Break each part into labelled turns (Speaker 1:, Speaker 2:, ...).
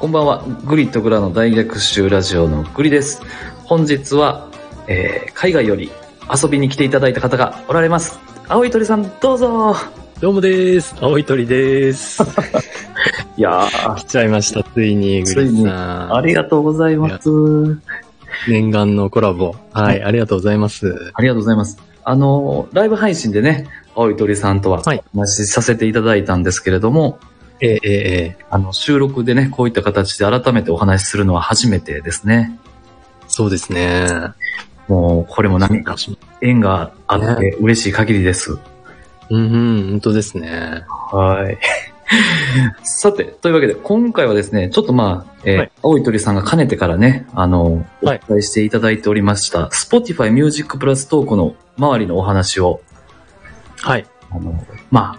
Speaker 1: こんばんは。グリとグラの大逆襲ラジオのグリです。本日は、えー海外より遊びに来ていただいた方がおられます。青い鳥さん、どうぞ
Speaker 2: どうもです。青い鳥です。
Speaker 1: いやー、
Speaker 2: 来ちゃいました。ついに、グリスさ
Speaker 1: ありがとうございます。
Speaker 2: ん。念願のコラボ。はい、ありがとうございます。
Speaker 1: ありがとうございます。あのー、ライブ配信でね、青い鳥さんとは
Speaker 2: はい
Speaker 1: お話しさせていただいたんですけれども、
Speaker 2: えええええ
Speaker 1: あの、収録でね、こういった形で改めてお話しするのは初めてですね。
Speaker 2: えそうですね。
Speaker 1: もう、これも何か縁があって嬉しい限りです。
Speaker 2: うんうん、本当ですね。
Speaker 1: はい。 さて、というわけで、今回はですね、ちょっとまあ、えー
Speaker 2: はい
Speaker 1: 青い鳥さんがかねてからね、あの、お
Speaker 2: はい
Speaker 1: 伝えしていただいておりました、Spotify Music Plus トークの周りのお話を、
Speaker 2: はい。
Speaker 1: あの、まあ、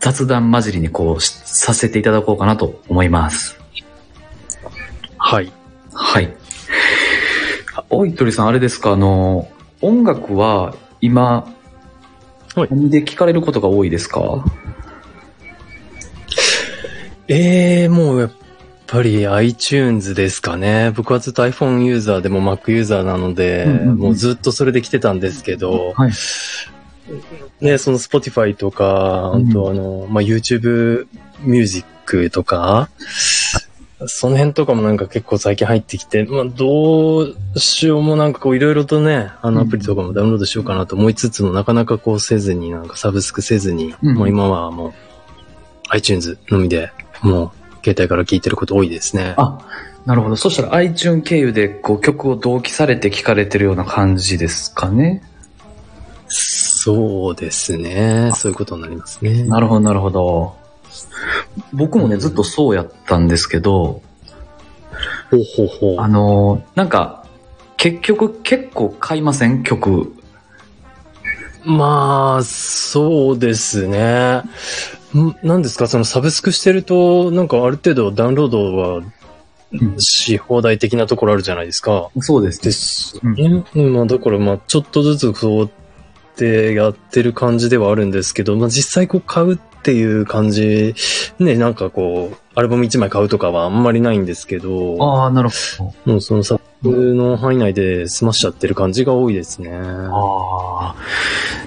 Speaker 1: 雑談混じりにこうし、させていただこうかなと思います。
Speaker 2: はい。
Speaker 1: はい。あ青い鳥さん、あれですか、あの、音楽は今、
Speaker 2: はい
Speaker 1: 何で聞かれることが多いですか
Speaker 2: ええもうやっぱり iTunes ですかね。僕はずっと iPhone ユーザーでも Mac ユーザーなので、
Speaker 1: うんうんうん
Speaker 2: もうずっとそれで来てたんですけど、
Speaker 1: はい
Speaker 2: ね、その Spotify とか、
Speaker 1: うん
Speaker 2: あとあの、まあ、YouTube ミュージックとか、その辺とかもなんか結構最近入ってきて、まあ、どうしようもなんかこういろいろとね、あの
Speaker 1: うん
Speaker 2: アプリとかもダウンロードしようかなと思いつつも、なかなかこうせずに、なんかサブスクせずに、
Speaker 1: うん
Speaker 2: もう今はもう iTunes のみで、もう携帯から聞いてること多いですね。
Speaker 1: あ、なるほど。そしたら iTune 経由でこう曲を同期されて聴かれてるような感じですかね。
Speaker 2: そうですね。そういうことになりますね。
Speaker 1: なるほど、なるほど。僕もね、ずっとそうやったんですけど、
Speaker 2: ほうほうほう。
Speaker 1: あのーなんか、結局結構買いません曲。
Speaker 2: まあ、そうですね。んなんですか、そのサブスクしてると、なんかある程度ダウンロードはし放題的なところあるじゃないですか。
Speaker 1: そうです
Speaker 2: で
Speaker 1: ね。
Speaker 2: すね。うん、まあ、だからまあ、ちょっとずつそうやってやってる感じではあるんですけど、まあ実際こう買うっていう感じ、ね、なんかこう、アルバム1枚買うとかはあんまりないんですけど、
Speaker 1: ああ、なるほ
Speaker 2: もうそのサブの範囲内で済ましちゃってる感じが多いですね。
Speaker 1: ど。ああ。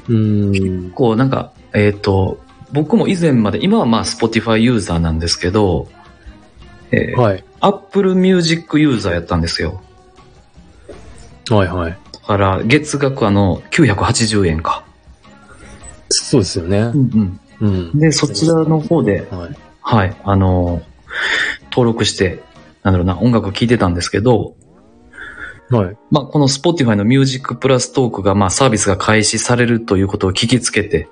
Speaker 2: うん。
Speaker 1: こうなんか、えっ、と、僕も以前まで、今はまあ Spotify ユーザーなんですけど、えー
Speaker 2: はい。
Speaker 1: Apple Music ユーザーやったんですよ。
Speaker 2: はいはい。
Speaker 1: だから、月額あの、980円か。
Speaker 2: そうですよね。うん。
Speaker 1: で、そちらの方で、
Speaker 2: はい。
Speaker 1: はい、あの、登録して、なんだろうな、音楽聴いてたんですけど、
Speaker 2: はい。
Speaker 1: まあ、この Spotify の Music プラストークが、まあ、サービスが開始されるということを聞きつけて、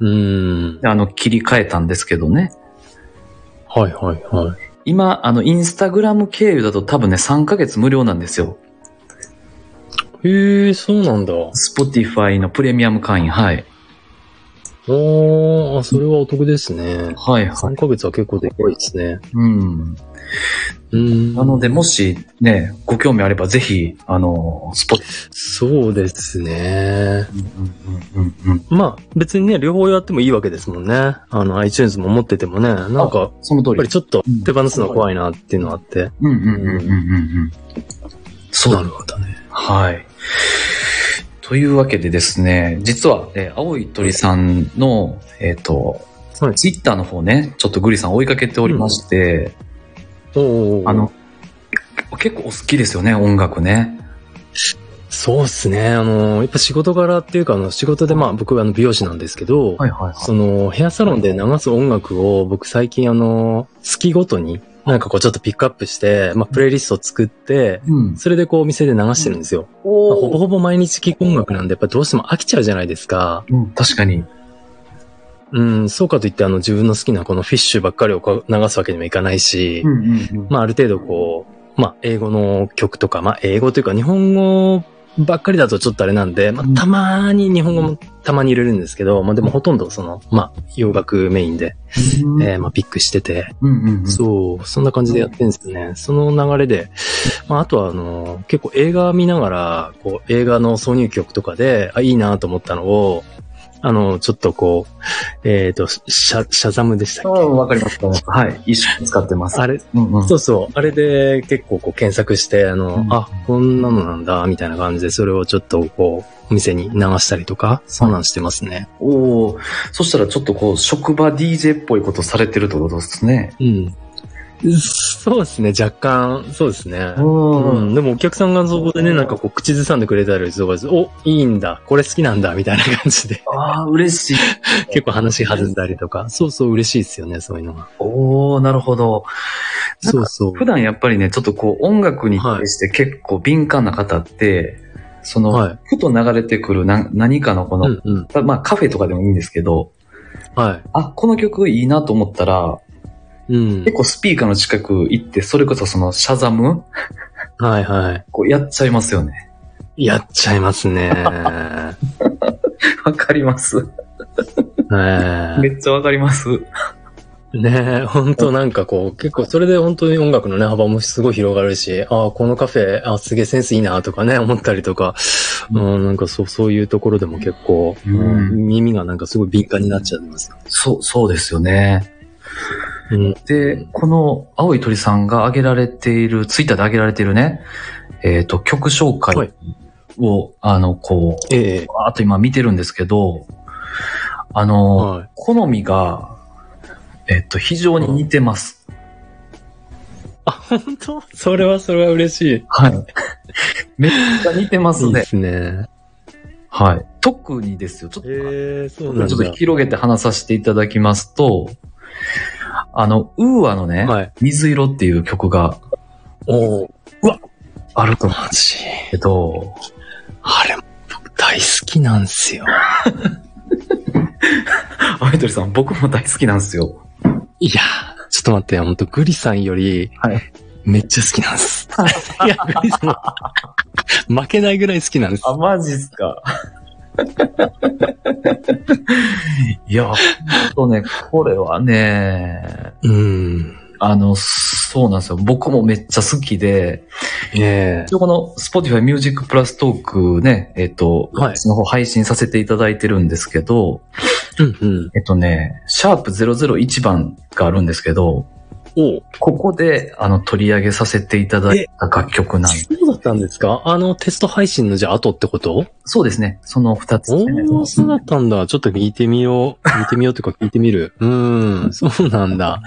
Speaker 2: うん。
Speaker 1: あの、切り替えたんですけどね。
Speaker 2: はいはいはい。
Speaker 1: 今、あの、インスタグラム経由だと多分ね、3ヶ月無料なんですよ。
Speaker 2: へえ、そうなんだ。
Speaker 1: Spotify のプレミアム会員、はい。
Speaker 2: おー、あ、それはお得ですね。
Speaker 1: はい、はい。
Speaker 2: 3ヶ月は結構でかいですね。
Speaker 1: うん。
Speaker 2: うん。
Speaker 1: なので、もしね、ご興味あれば、ぜひ、あの、Spotify。
Speaker 2: そうですね。
Speaker 1: うんうんうんうん。
Speaker 2: まあ、別にね、両方やってもいいわけですもんね。あの、iTunes も持っててもね、なんか、やっ
Speaker 1: その通
Speaker 2: ぱ
Speaker 1: り
Speaker 2: り。ちょっと手放すの怖いなっていうのはあって。
Speaker 1: うんうんうんうんうんうん。そう
Speaker 2: なるほどね。
Speaker 1: はい。というわけでですね、実は、えー青い鳥さんの、えっ、と、
Speaker 2: はい
Speaker 1: ツイッターの方ね、ちょっとグリさん追いかけておりまして、
Speaker 2: おー。
Speaker 1: あの、結構お好きですよね、音楽ね。
Speaker 2: そうですね。あの、やっぱ仕事柄っていうか、あの、仕事でまあ僕はあの美容師なんですけど、
Speaker 1: はいはい
Speaker 2: そのヘアサロンで流す音楽を僕最近あの、月ごとになんかこうちょっとピックアップして、まあプレイリストを作って、
Speaker 1: い。うん。
Speaker 2: それでこうお店で流してるんですよ。まあほぼほぼ毎日聴く音楽なんで、やっぱどうしても飽きちゃうじゃないですか。
Speaker 1: うん、確かに。
Speaker 2: うん、そうかといってあの自分の好きなこのフィッシュばっかりをこう流すわけにもいかないし、
Speaker 1: んうん、
Speaker 2: まあある程度こう、まあ英語の曲とか、まあ英語というか日本語ばっかりだとちょっとあれなんで、まあたまに日本語もたまに入れるんですけど、まあでもほとんどその、まあ洋楽メインで、
Speaker 1: うん
Speaker 2: えーまあピックしてて、
Speaker 1: うんうんうん。
Speaker 2: そう、そんな感じでやってるんですね。その流れで、まああとはあの、結構映画見ながら、こう映画の挿入曲とかで、あ、いいなと思ったのを、あの、ちょっとこう、えっ、と、シャ、シャザムでしたっけ
Speaker 1: わかります。はい。一緒に使ってます。
Speaker 2: あれ、
Speaker 1: うんうん
Speaker 2: そうそう。あれで結構こう検索して、あの、
Speaker 1: うん
Speaker 2: あ、こんなのなんだ、みたいな感じで、それをちょっとこう、お店に流したりとか、そんなんしてますね。
Speaker 1: おお、そしたらちょっとこう、職場 DJ っぽいことされてるってことですね。
Speaker 2: うん。そうですね、若干、そうですね。
Speaker 1: う
Speaker 2: うん、でもお客さんがそこでね、なんかこう、口ずさんでくれたりとかです、お、いいんだ、これ好きなんだ、みたいな感じで、
Speaker 1: ああ、嬉しい。
Speaker 2: 結構話弾んだりとか、そうそう嬉しいですよね、そういうのが。
Speaker 1: おおなるほど。なんか
Speaker 2: そうそう。
Speaker 1: 普段やっぱりね、ちょっとこう、音楽に対して結構敏感な方って、その、
Speaker 2: はい。
Speaker 1: ふと流れてくるな何かのこ
Speaker 2: う
Speaker 1: の、
Speaker 2: んうん。
Speaker 1: たまあカフェとかでもいいんですけど、
Speaker 2: は
Speaker 1: あ、この曲いいなと思ったら、
Speaker 2: い。うん
Speaker 1: 結。構スピーカーの近く行って、それこそそのシャザム
Speaker 2: はいはい。
Speaker 1: こうやっちゃいますよね。
Speaker 2: やっちゃいますね。え
Speaker 1: わかります。
Speaker 2: ー
Speaker 1: めっちゃわかります。
Speaker 2: ねえ、本当なんかこう、結構それで本当に音楽のね、幅もすごい広がるし、ああ、このカフェ、ああ、すげえセンスいいなとかね、思ったりとか、うん、なんかそう、そういうところでも結構、
Speaker 1: うん
Speaker 2: 耳がなんかすごい敏感になっちゃいます。
Speaker 1: そう、そうですよね。
Speaker 2: うん。
Speaker 1: で、この青い鳥さんが上げられている、ツイッターで上げられているね、えっ、と、曲紹
Speaker 2: は
Speaker 1: 介
Speaker 2: い
Speaker 1: を、あの、こう、
Speaker 2: ええ
Speaker 1: あと今見てるんですけど、あの、
Speaker 2: はい。
Speaker 1: 好みが、えっと、非常に似てます。
Speaker 2: あ、本当 それはそれは嬉し
Speaker 1: はい。 めっちゃ似てます
Speaker 2: い。いいで
Speaker 1: ね。
Speaker 2: すね。
Speaker 1: はい。特にですよ。ちょっと、
Speaker 2: ええそ
Speaker 1: ち
Speaker 2: う
Speaker 1: ょ
Speaker 2: な
Speaker 1: っ
Speaker 2: んだ。
Speaker 1: と広げて話させていただきますと、あの、ウーアのね、
Speaker 2: はい。
Speaker 1: 水色っていう曲が
Speaker 2: おお
Speaker 1: あると思うんで
Speaker 2: マジ。
Speaker 1: すけど、
Speaker 2: あれ、僕大好きなんですよ。
Speaker 1: アイドルさん、僕も大好きなんですよ。
Speaker 2: いや、ちょっと待って、本当グリさんより
Speaker 1: はい、
Speaker 2: めっちゃ好きなん です。い、や、グリさん、負けないぐらい好きなんです。
Speaker 1: あ、マジっすか。 いや、ほんとね、これはね、
Speaker 2: うん。
Speaker 1: あの、そうなんですよ。僕もめっちゃ好きで、
Speaker 2: ええ
Speaker 1: 一応この Spotify Music Plus Talk ね、えっと、
Speaker 2: はい
Speaker 1: その方配信させていただいてるんですけど、
Speaker 2: うんうん。
Speaker 1: えっとね、シャープ001番があるんですけど、
Speaker 2: お
Speaker 1: ここで、あの、取り上げさせていただいた楽曲なんで
Speaker 2: そうだったんですかあのテスト配信のじゃあ後ってこと
Speaker 1: そうですね、その二つ
Speaker 2: お
Speaker 1: 目のやつ
Speaker 2: ー、そうだったんだ。ちょっと聞いてみよう。聞いてみようというか 聞いてみる。うん、そうなんだ。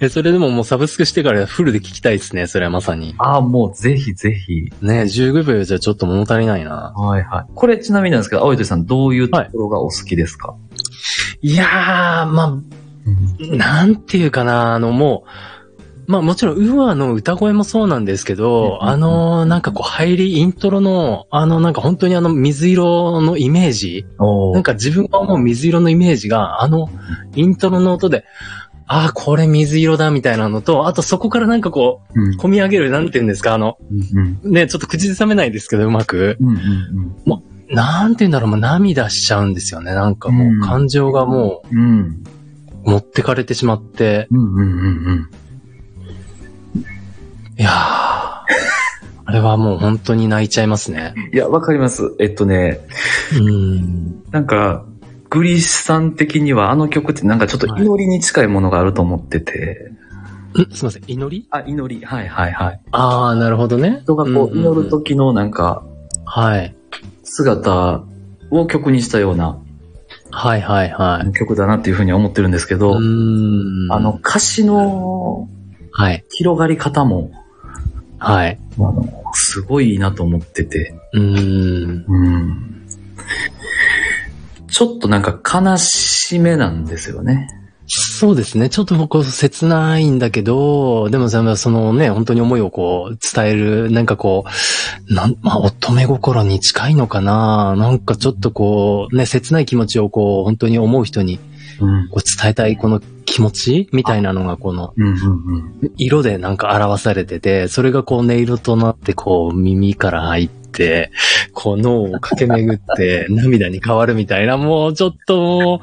Speaker 2: え、それでももうサブスクしてからフルで聞きたいですね。それはまさに。
Speaker 1: ああ、もうぜひぜひ。
Speaker 2: ね15秒じゃちょっと物足りないな。
Speaker 1: はいはい。これちなみになんですけど、青い鳥さんどういうところがお好きですか、
Speaker 2: いやー、まあ、なんていうかな、あの、もう、まあもちろん、ウーアの歌声もそうなんですけど、
Speaker 1: うん
Speaker 2: あの、なんかこう、入り、イントロの、あの、なんか本当にあの、水色のイメージ、
Speaker 1: おー
Speaker 2: なんか自分はもう水色のイメージが、あの、イントロの音で、ああ、これ水色だ、みたいなのと、あとそこからなんかこ
Speaker 1: うん
Speaker 2: う、込み上げる、なんて言うんですか、あの、
Speaker 1: うん
Speaker 2: ね、ちょっと口ずさめないですけど、うまく。
Speaker 1: うんうんうん
Speaker 2: なんて言うんだろう、もう涙しちゃうんですよね。なんかも
Speaker 1: うん
Speaker 2: う、感情がも
Speaker 1: うんうん
Speaker 2: う、持ってかれてしまって、
Speaker 1: うんうんうんうん
Speaker 2: いや ー、あれはもう本当に泣いちゃいますね。
Speaker 1: いや、わかります。えっとね、
Speaker 2: うん。
Speaker 1: なんか、グリシさん的にはあの曲ってなんかちょっと祈りに近いものがあると思ってて。
Speaker 2: んすいません、祈り
Speaker 1: あ、祈り。はいはいはい。
Speaker 2: ああ、なるほどね。
Speaker 1: 人がこ
Speaker 2: うん
Speaker 1: う
Speaker 2: うんうん
Speaker 1: 祈る時のなんか
Speaker 2: はい。
Speaker 1: 姿を曲にしたような
Speaker 2: はいはいはい。
Speaker 1: 曲だなっていうふうには思ってるんですけど、
Speaker 2: うん。
Speaker 1: あの、歌詞の
Speaker 2: はい。
Speaker 1: 広がり方も、
Speaker 2: はい。
Speaker 1: あの、すごいいいなと思ってて。
Speaker 2: うん。
Speaker 1: うん。ちょっとなんか悲しめなんですよね。
Speaker 2: そうですね。ちょっともうこう切ないんだけど、でもそのそのね、本当に思いをこう伝える、なんかこう、なん、まあ乙女心に近いのかななんかちょっとこう、ね、切ない気持ちをこう、本当に思う人に
Speaker 1: うん。
Speaker 2: こう伝えたいこの気持ちみたいなのがこの
Speaker 1: うんうんうん。
Speaker 2: 色でなんか表されてて、それがこう音色となってこう耳から入って、こう脳を駆け巡って 涙に変わるみたいな、もうちょっともう、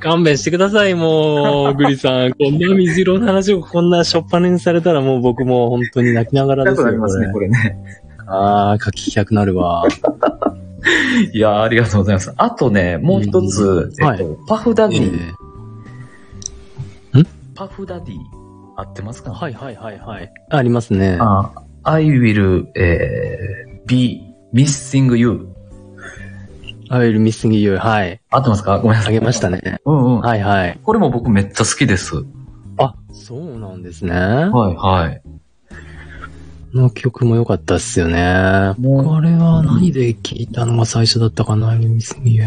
Speaker 2: 勘弁してください、もう、グリさん。こんな水色の話をこんなしょっぱねにされたらもう僕も本当に泣きながら
Speaker 1: な
Speaker 2: で
Speaker 1: く
Speaker 2: す
Speaker 1: なり
Speaker 2: よね。
Speaker 1: ますね、これね。
Speaker 2: ああ、書きたくなるわ。
Speaker 1: いやー、ありがとうございます。あとね、もう一つ、
Speaker 2: うん
Speaker 1: えっとパフダデ
Speaker 3: え
Speaker 1: ィ、
Speaker 3: え
Speaker 1: パフダディ、合ってますか
Speaker 2: はいはいはいはい。ありますね。
Speaker 1: あ I will、えー be missing you.
Speaker 2: I'll missing you. はい。
Speaker 1: 合ってますかごめんなさ
Speaker 2: あ
Speaker 1: い。
Speaker 2: げましたね。
Speaker 1: うんうん。
Speaker 2: はいはい。
Speaker 1: これも僕めっちゃ好きです。は
Speaker 2: あ、そうなんですね。
Speaker 1: いはい。
Speaker 2: この曲も良かったっすよね。
Speaker 1: もう
Speaker 2: これは何で聞いたのが最初だったかな、I'll missing you.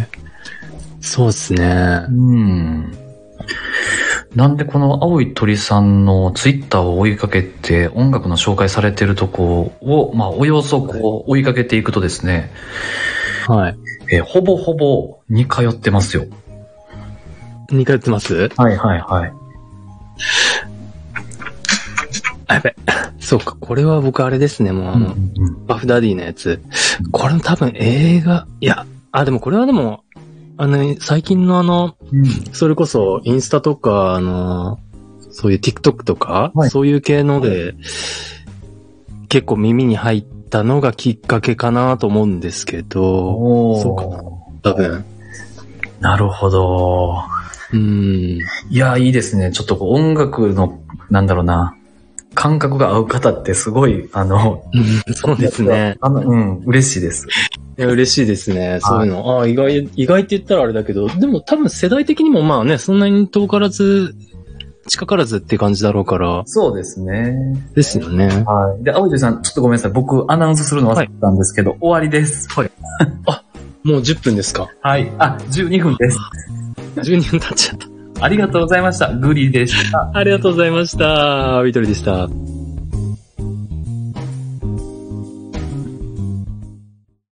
Speaker 2: そうっすね
Speaker 1: う。ん。なんでこの青い鳥さんのツイッターを追いかけて音楽の紹介されてるとこを、まあおよそこう追いかけていくとですね、
Speaker 2: はい。
Speaker 1: えーほぼほぼ似通ってますよ。
Speaker 2: 2回やってます
Speaker 1: はいはいはい。
Speaker 2: あ、やべ。そうか、これは僕あれですね、もうあの、バフダディのやつ。これも多分映画、いや、あ、でもこれはでも、あの、最近のあの、それこそインスタとか、あの、そういう TikTok とか、
Speaker 1: はい
Speaker 2: そういう系ので、結構耳に入ったのがきっかけかなと思うんですけど、
Speaker 1: お
Speaker 2: そう
Speaker 1: お。
Speaker 2: 多分。
Speaker 1: なるほど。
Speaker 2: うん。
Speaker 1: いや、いいですね。ちょっとこう音楽の、なんだろうな、感覚が合う方ってすごい、あの、
Speaker 2: そうですね。
Speaker 1: あの、うん、嬉しいです。
Speaker 2: いや嬉しいですね。そういうの。ああ、意外、意外って言ったらあれだけど、でも多分世代的にもまあね、そんなに遠からず、近からずって感じだろうから、
Speaker 1: そうですね。
Speaker 2: ですよね。
Speaker 1: はい。で、青い鳥さん、ちょっとごめんなさい。僕、アナウンスするの忘れてたんですけど、終わりです。はい。
Speaker 2: もう10分ですか
Speaker 1: はい。あ、12分です。
Speaker 2: ?12 分経っちゃっ
Speaker 1: ありがとうございました。グリでした。
Speaker 2: た。ありがとうございました。ビトルでした。